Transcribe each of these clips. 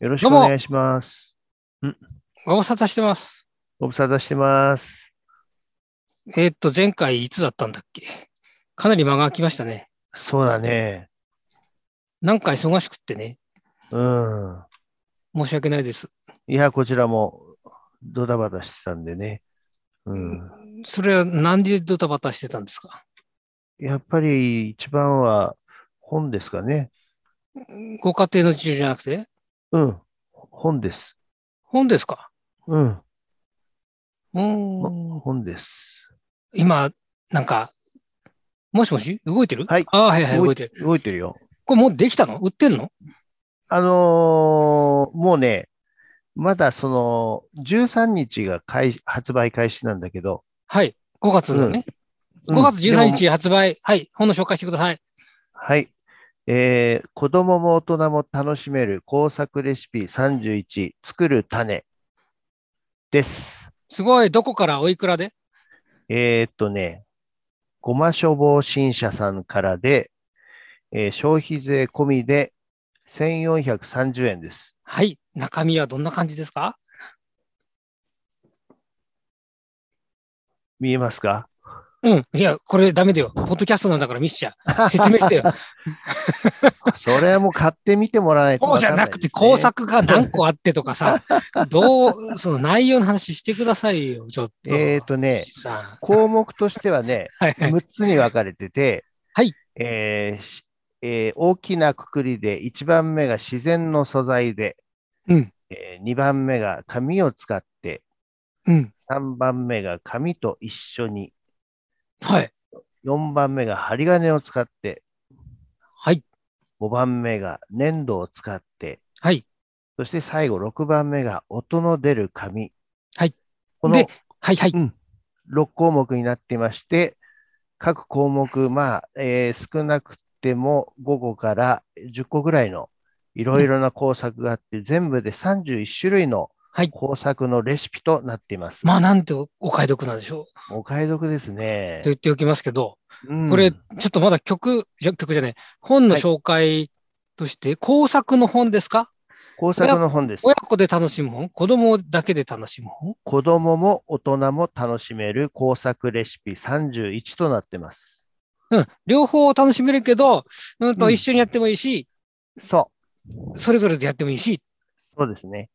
よろしくお願いします。ご無沙汰してます。ご無沙汰してます。えーっと、前回いつだったんだっけかなり間が空きましたね。そうだね。なんか忙しくってね。うん。申し訳ないです。いや、こちらもドタバタしてたんでね。うん。それは何でドタバタしてたんですかやっぱり一番は本ですかね。ご家庭の事情じゃなくてうん。本です。本ですかうん。うーん。本です。今、なんか、もしもし動いてるはいああ、はいはい、動いてる。動いてるよ。これもうできたの売ってんのあのーもうね、まだその13日が開発売開始なんだけど、はい。5月のね。うん5月13日発売。はい。本の紹介してください。はい。えー子供も大人も楽しめる工作レシピ31作る種です。すごい。どこからおいくらでえーっとね、ごま処方新社さんからで、えー消費税込みで1430円です。はい。中身はどんな感じですか見えますか うん。いや、これダメだよ。ポッドキャストなんだから見せちゃ う。説明してよ。それはもう買ってみてもらわないとそうわじかゃんなないくですねて工作が何個あってとか さ、どう、その内容の話してくださいよ、ちょっと。えーっとね岸さん項目としてはね、はいはい。 6つに分かれてて、はいえーしえー大きなくくりで1番目が自然の素材で、うんえ2番目が紙を使って、うん。 3番目が紙と一緒に、はい。 4番目が針金を使って、はい。 5番目が粘土を使って、はい。そして最後6番目が音の出る紙。はいこのではいはい。うん、6項目になっていまして、各項目、まあえー少なくても5個から10個ぐらいのいろいろな工作があって、全部で31種類のはい工作のレシピとなっています。まあ、なんてお買い得なんでしょお買い得ですう。ねと。言っておきますけど、うんこれ、ちょっとまだ曲、じゃ曲じゃない、本の紹介として、工作の本ですか工作の本です親。子で楽しむ本子供だけで楽しむ本子供も大人も楽しめる工作レシピ31となってます。うん。両方楽しめるけど、うんうと、ん一緒にやってもいいし、そそれぞれでやってもいいし、う、そうですね。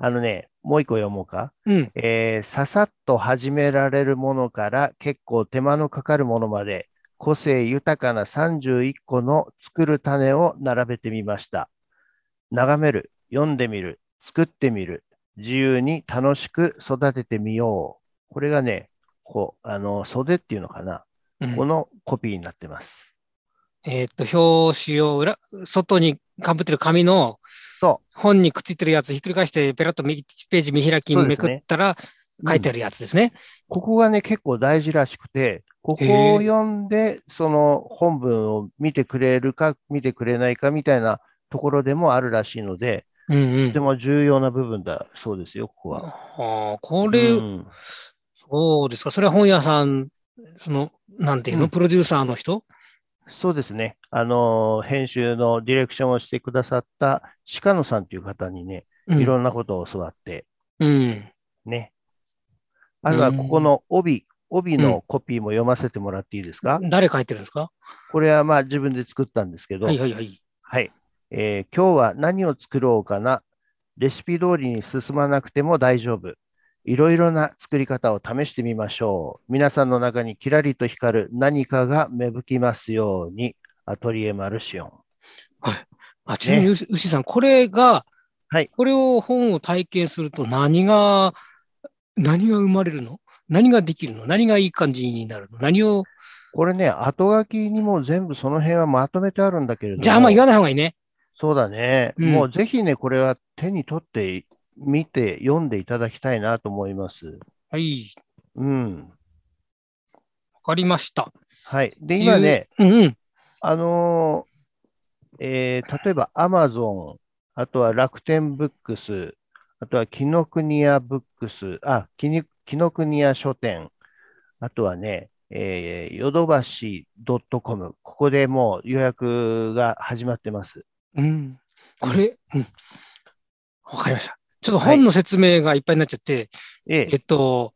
あのね、もう一個読もうか。うん。えーささっと始められるものから結構手間のかかるものまで個性豊かな31個の作る種を並べてみました。眺める、読んでみる、作ってみる、自由に楽しく育ててみよう。これがね、こう、あの、袖っていうのかな。うんこのコピーになってます。えーっと、表紙を裏、外にかぶってる紙のそ本にくっついてるやつひっくり返して、ペラッと右1ページ見開きそうめですくねったうら、ん書いてあるやつですね。ここがね、結構大事らしくて、ここへをえ読んで、その本文を見てくれるか、見てくれないかみたいなところでもあるらしいので、うんうんとて。も重要な部分だそうですよ、ここは。ああ、ここれ、うん、そうですか。それは本屋さん、その、なんていうの、うんプロデューサーの人そうですね、あのー、編集のディレクションをしてくださった鹿野さんという方にね、うんいろんなことを教わって、うん。ね。あとは、ここの帯、帯のコピーも読ませてもらっていいですか、誰書いてるんですかこれはまあ自分で作ったんですけど、はいはいはい。はい、えー今日は何を作ろうかな。レシピ通りに進まなくても大丈夫。いろいろな作り方を試してみましょう。皆さんの中にキラリと光る何かが芽吹きますように。アトリエマルシオン。あ、ちなみに、うし牛さん、これが、はいこれを本を体験すると何が、何が生まれるの何ができるの何がいい感じになるの何を、これね、後書きにも全部その辺はまとめてあるんだけれども。じゃああんま言わない方がいいね。そうだね。うんもうぜひね、これは手に取って見て読んでいただきたいなと思います。はい。うん。わかりました。はい。で、今ね、うんうん。あのーえー例えば Amazon、あとは楽天ブックス、あとは紀ノ国屋ブックス、あ、紀に紀ノ国屋書店、あとはね、えーヨドバシ .com、ここでもう予約が始まってます。うん。これ、うん。わかりました。ちょっと本の説明がいっぱいになっちゃって、えええっと、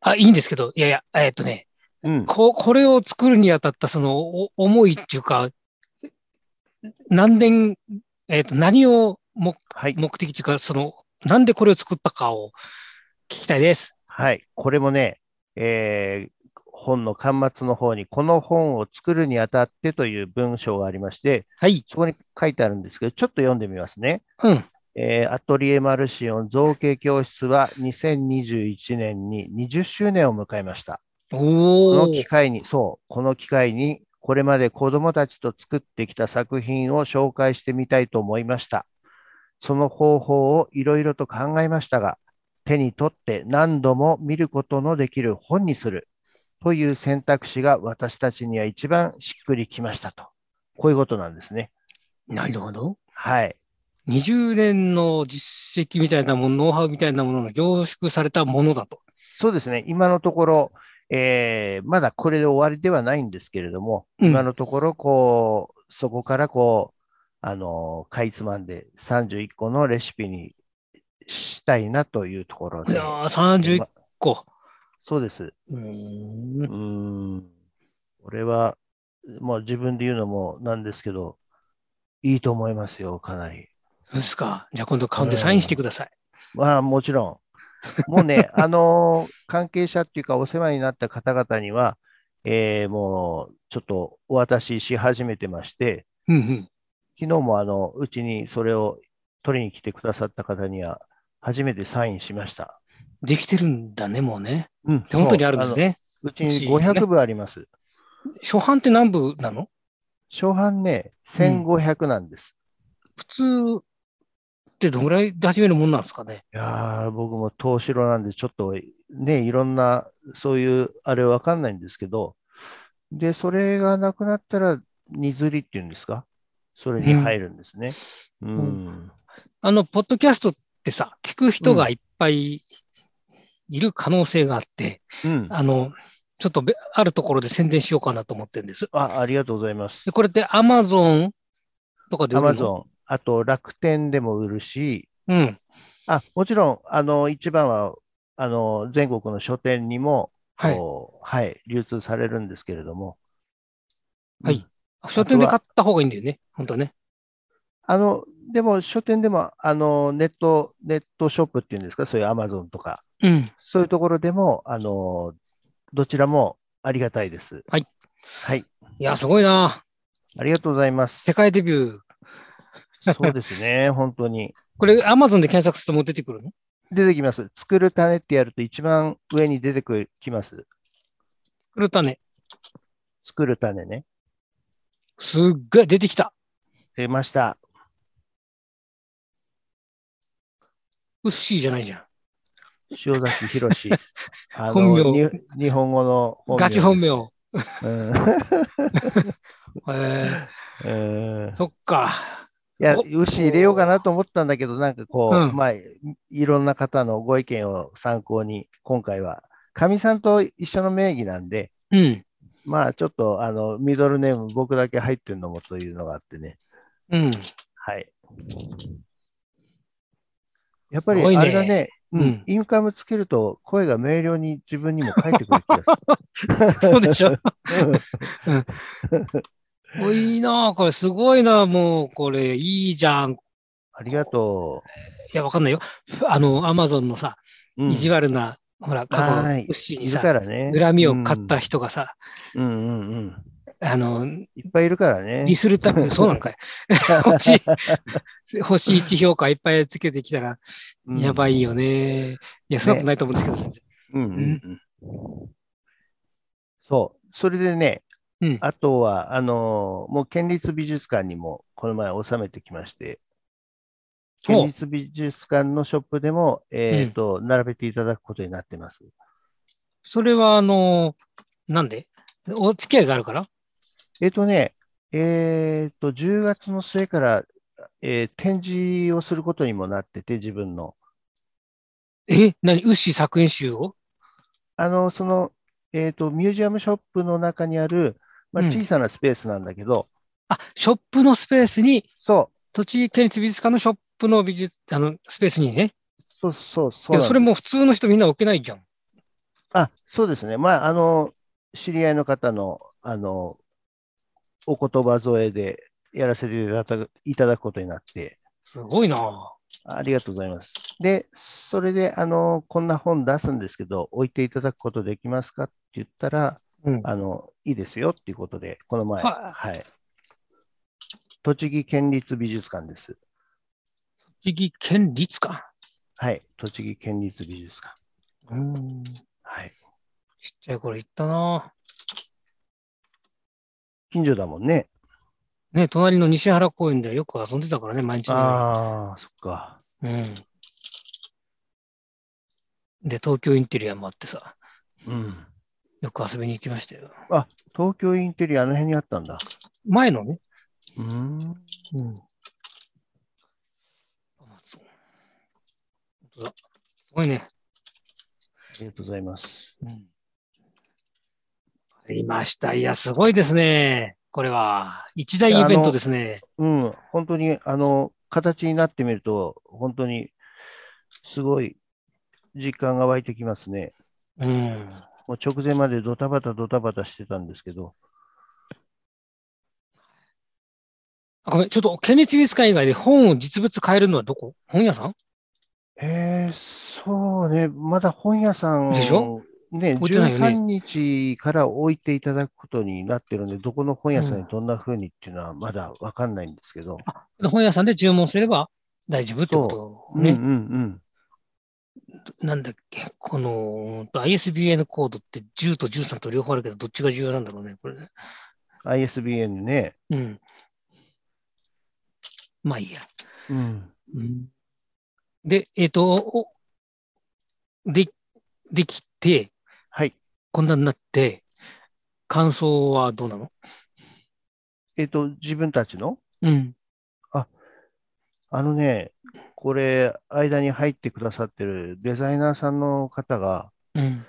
あ、いいんですけど、いやいや、えっとね、うん、ここれを作るにあたったそのお思いっていうか、何年、えっと、何を目はい、目的っていうか、その、なんでこれを作ったかを聞きたいです。はい、これもね、えー本の巻末の方に、この本を作るにあたってという文章がありまして、はい。そこに書いてあるんですけど、ちょっと読んでみますね。うん。えーアトリエマルシオン造形教室は2021年に20周年を迎えました。こおのー機。会に、そう、この機会に、これまで子どもたちと作ってきた作品を紹介してみたいと思いました。その方法をいろいろと考えましたが、手に取って何度も見ることのできる本にするという選択肢が私たちには一番しっくりきましたと。こういうことなんですね。なるほど。はい。 20年の実績みたいなもの、ノウハウみたいなものが凝縮されたものだと。そうですね。今のところ、えーまだこれで終わりではないんですけれども、うん今のところ、こう、そこからこう、あのーかいつまんで31個のレシピにしたいなというところいでや、ー、31ま個。そうです。うーうんーん。これは、まあ自分で言うのもなんですけど、いいと思いますよ、かなり。そうですか。じゃあ今度カウンでサインしてください。まあもちろん。もう ね、あのー関係者っていうかお世話になった方々には、えーもうちょっとお渡しし始めてまして、うんうん。昨日もあのうちにそれを取りに来てくださった方には初めてサインしました。できてるんだね、もうね。うん、本当にあるんですね。ね。うちに500部あります。初版って何部なの初版ね、1500なんです。普通ってどのぐらいで始めるもんなんですかね。いやー、僕も東城なんで、ちょっとね、いろんな、そういう、あれわかんないんですけど、で、それがなくなったら、荷刷りっていうんですかそれに入るんですね。うん。あの、ポッドキャストってさ、聞く人がいっぱいいる可能性があって、うん。あの、ちょっとべあるところで宣伝しようかなと思ってるんです。あ、ありがとうございますで、。これって Amazon とかでア売マるのゾン、あと楽天でも売るし、うん。あ、もちろん、あの、一番は、あの、全国の書店にも、はい。こうはい、流通されるんですけれども。はい書店で買った方がいいんだよね。本当ね。あの、でも書店でも、あの、ネット、ネットショップっていうんですか、そういうアマゾンとか、うん。そういうところでも、あの、どちらもありがたいです。はい。はい。いや、すごいな。ありがとうございます。世界デビュー。そうです ね、本当に。これ Amazon で検索するともう出てくるの出てきます。作る種ってやると一番上に出てくるきます。作る種。作る種ね。すっごい出てきた。出ました。うっしーじゃないじゃん。塩崎博 士。あの本に名日本語の本名ガチ本名。へうんえうんそっか。いや、お牛入れようかなと思ったんだけど、なんかこう、うんまあ、いいろんな方のご意見を参考に、今回は、かみさんと一緒の名義なんで、うん。まあ、ちょっと、あの、ミドルネーム、僕だけ入ってるのもというのがあってね。 うん。はい。やっぱり、すごいねあれだね、うんうんインカムつけると、声が明瞭に自分にも返ってくる気 がそうでしすょ。る。うんおいいなこれすごいなもう、これいいじゃん。いありがとや、わかんないよ。あの、アマゾンのさ、う。うん意地悪な、ほら、過去はのいウッシーいにるさ、からね。恨みを買っうた人がさ、ん。うんうんうん。あの、いっぱいいるからねディ。スるために、そう なのかい。星、星1評価いっぱいつけてきたら、うんやばいよね。いや、そんなことないと思うんですけど、先生。うんうんうんそう。それでね、うん。あとは、あのーもう県立美術館にもこの前収めてきまして、お県立美術館のショップでも、えっ、と、並べていただくことになってます。それは、あの、なんでお付き合いがあるからえっ、とね、えっ、と、10月の末から、えー展示をすることにもなってて、自分の。え何ウッシー作品集をあの、その、えっ、と、ミュージアムショップの中にある、まあ、うん小さなスペースなんだけど、あ、ショップのスペースに、そう、栃木県立美術館のショップの美術、あの、スペースにね。そうそうそうけなんどです。それも普通の人みんな置けないじゃん。あ、そうですね。まあ、あの、知り合いの方の、あの、お言葉添えでやらせていただくいただくことになって、すごいなぁありがとうございます。で、それで、あの、こんな本出すんですけど、置いていただくことできますかって言ったら、うん。あの、いいですよっていうことで、この前、ははい。栃木県立美術館です。栃木県立か。はい。栃木県立美術館。うん。ちっはい。ちゃい頃行ったな近所だもんね。ぁね、隣の西原公園でよく遊んでたからね、毎日のように。ああ、そっか。うん。で、東京インテリアもあってさ、うん。よく遊びに行きましたよ。東京インテリア、あの辺にあったんだ。前のね。うーん。うん。あそう本当だ。すごいね。ありがとうございます。うん。ありました。いや、すごいですね。これは。一大イベントですね。うん、本当に、あの、形になってみると、本当に、すごい、実感が湧いてきますね。うん。もう直前までドタバタドタバタしてたんですけど、あごめん、ちょっと、県立美術館以外で本を実物買えるのはどこ本屋さんえー、そうね、まだ本屋さん、でしょね、置いてないよね13日から置いていただくことになってるんで、どこの本屋さんにどんな風にっていうのはまだわかんないんですけど、本屋さんで注文すれば大丈夫ってことね。うんうんうん。なんだっけ、この ISBN コードって10と13と両方あるけど、どっちが重要なんだろうね、これね。 ISBN ね。うん。まあいいや。うん。で、えっ、と、おで、できて、はい。こんなになって、感想はどうなのえっ、と、自分たちのうん。あのね、これ、間に入ってくださってるデザイナーさんの方が、うん。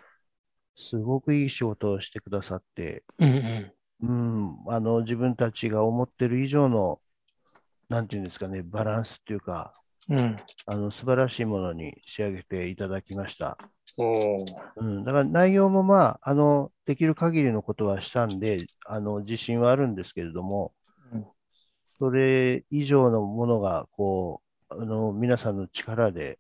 すごくいい仕事をしてくださって、うんうん。うん、あの、自分たちが思ってる以上の、なんていうんですかね、バランスっていうか、うん。あの、素晴らしいものに仕上げていただきました。おーうん、だから内容もまあ、あの、できる限りのことはしたんで、あの、自信はあるんですけれどもうん、それ以上のものが、こう、あの、皆さんの力で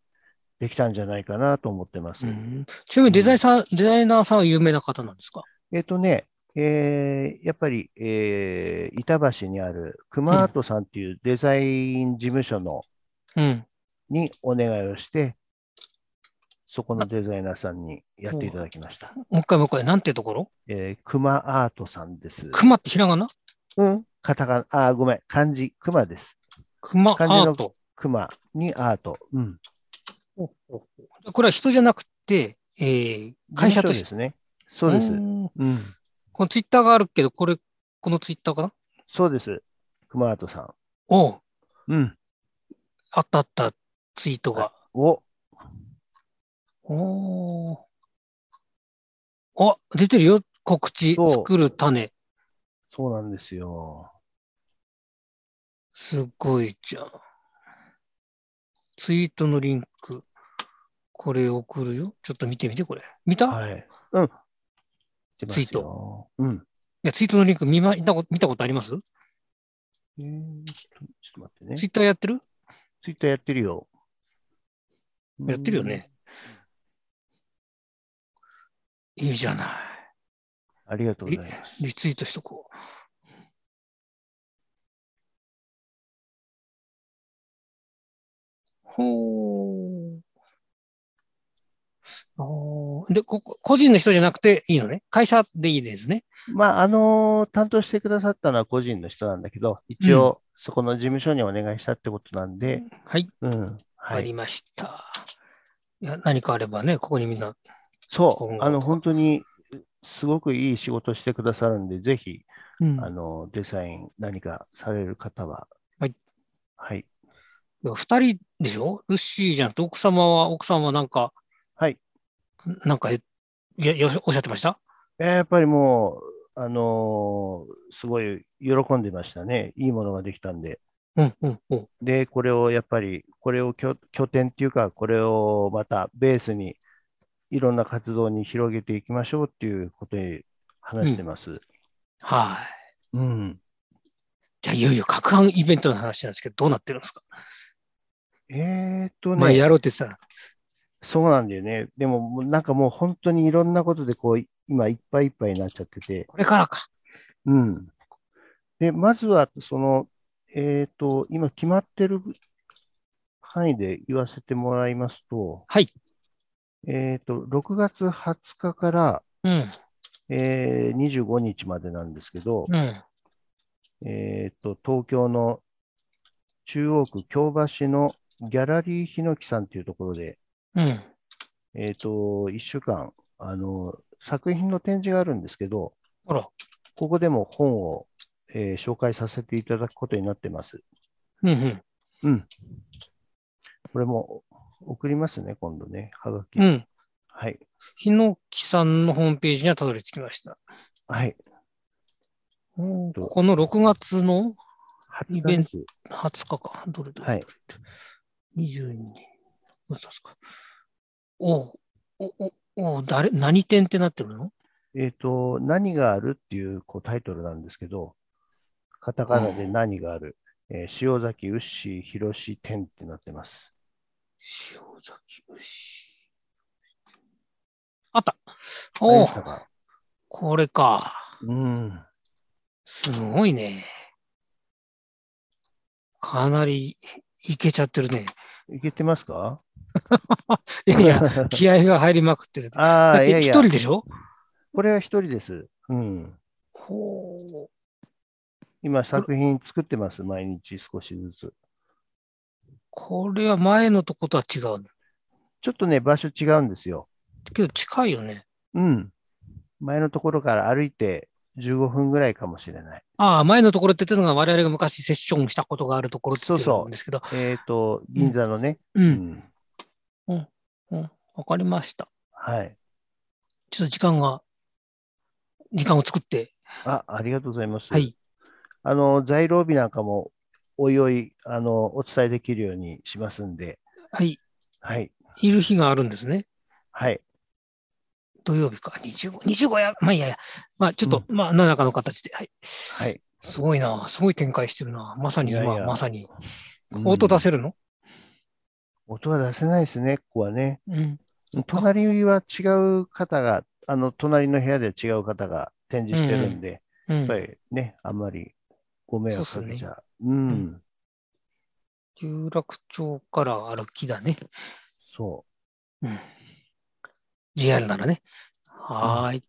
できたんじゃないかなと思ってますう。ん、ちなみにデザインさん、デザイナーさんは有名な方なんですかえっとね、えーやっぱり、えー板橋にある熊アートさんっていうデザイン事務所の、うん。にお願いをして、そこのデザイナーさんにやっていただきました。もう一回もう一回、なんてところえー、熊アートさんです。熊ってひらがなうん。カタカナ、あー、ごめん、漢字、熊です。熊ア漢字のート。熊にアート。うん。これは人じゃなくて、えー会社とし事務所て。ですね。そうです。うんん。このツイッターがあるけど、これ、このツイッターかなそうです。熊アートさ。おうんうん。あったあったツイートが。お、おーあ、出てるよ。告知、そう作る種。そうなんですよ。すごいじゃん。ツイートのリンク。これ送るよ。ちょっと見てみて、これ。見た、い、はい。うん。ツイート。うん。やツイートのリンク見,、ま、見たこと見たことありますえーちょっと待ってね。ツイッターやってるツイッターやってるよ。やってるよね。いいじゃない。うん。ありがとうございます。リツイートしとこう。ほう。おーでこ、こ個人の人じゃなくていいのね。会社でいいですね。まあ、あのー担当してくださったのは個人の人なんだけど、一応、そこの事務所にお願いしたってことなんで、はい、うん。わはかい。りました。いや何かあればね、ここにみんな。そ今う、後あの、本当に、すごくいい仕事してくださるんで、ぜひ、うんあの、デザイン何かされる方は、はい。はい。二人でしょルッシーじゃなくて、奥様は、奥さんはなんか、はい。なんか、いや、よしおっしゃってましたえーやっぱりもう、あのーすごい喜んでましたね。いいものができたんで。うんうんうん。で、これをやっぱり、これを拠拠点っていうか、これをまたベースにいろんな活動に広げていきましょうっていうことに話してます。はい。うん。じゃあ、いよいよ、各班イベントの話なんですけど、どうなってるんですかえーっとまあ、ね、やろうって言ってたそうなんだよね。でも、もうなんかもう本当にいろんなことで、こう、今いっぱいいっぱいになっちゃってて。これからか。うん。で、まずは、その、えーっと、今決まってる範囲で言わせてもらいますと、はい。えーっと、6月20日から、うん。えー25日までなんですけど、うん。えーっと、東京の中央区京橋のギャラリーヒノキさんというところで、うん。えーっと、1週間、あの、作品の展示があるんですけど、ほら。ここでも本を、えー紹介させていただくことになってます。うんうん。これも送りますね、今度ね、はがき。うん。はい。ヒノキさんのホームページにはたどり着きました。はい。ことこの6月の20イ日ベンです。 20日か。どれどれはい。 22人。どうしたんですか。おうお、お、おう、誰、何点ってなってるのえっ、と、何があるっていうこうタイトルなんですけど、カタカナで何がある、えー塩崎、ウッシー、広し、天ってなってます。塩崎牛。あった。ありおまうしたかこれか。うん。すごいね。かなりいけちゃってるね。いけてますかいやいや、 気合が入りまくってる。だあっあ、いやて一いや、人でしょこれは一人です。うん。ほう。今、作品作ってます、毎日少しずつ。これは前のとことは違う。ちょっとね、場所違うんですよ。けど近いよね。うん。前のところから歩いて15分ぐらいかもしれない。ああ、前のところって言ってるのが我々が昔セッションしたことがあるところって言ってそうそるうんですけど。えっ、と、銀座のね、う。うんん。わかりました。はい。ちょっと時間が、時間を作って。あ、ありがとうございます。はい。あの、材料日なんかも、おいおい、あの、お伝えできるようにしますんで、はい。はい。いる日があるんですね。はい。土曜日か。25、25や、まあいいやいや。まあちょっと、まあ何らかの形で。はい。はい。すごいな。すごい展開してるな。まさに今、いやいやまさに。音出る。せるの音は出せないですね、ここはね。うん。隣は違う方が、あの、隣の部屋で違う方が展示してるんで、うん。やっぱりね、あんまりご迷惑かけちゃう。うねん。有楽町から歩きだね。そ JR ならね。はーい。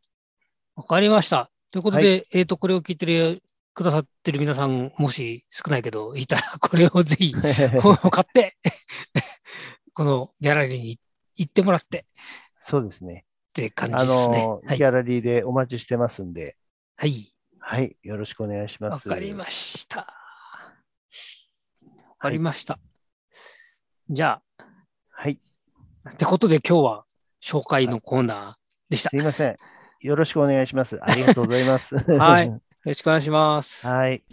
わかりました。ということで、えっ、と、これを聞いてるくださってる皆さん、もし少ないけど、いた ら、これをぜひ、 う。本を買って、 このギャラリーに行ってもらってそうですね。って感あじですね。の、はギい。ャラリーでお待ちしてますんで、はい。はい。よろしくお願いしまわす。かりました。わかりました。じゃはい。あ、ってことで今日は紹介のコーナーでした。すよいません。よろしくお願いします。ありがとうございます。はいろしくお願いします。 はい。 「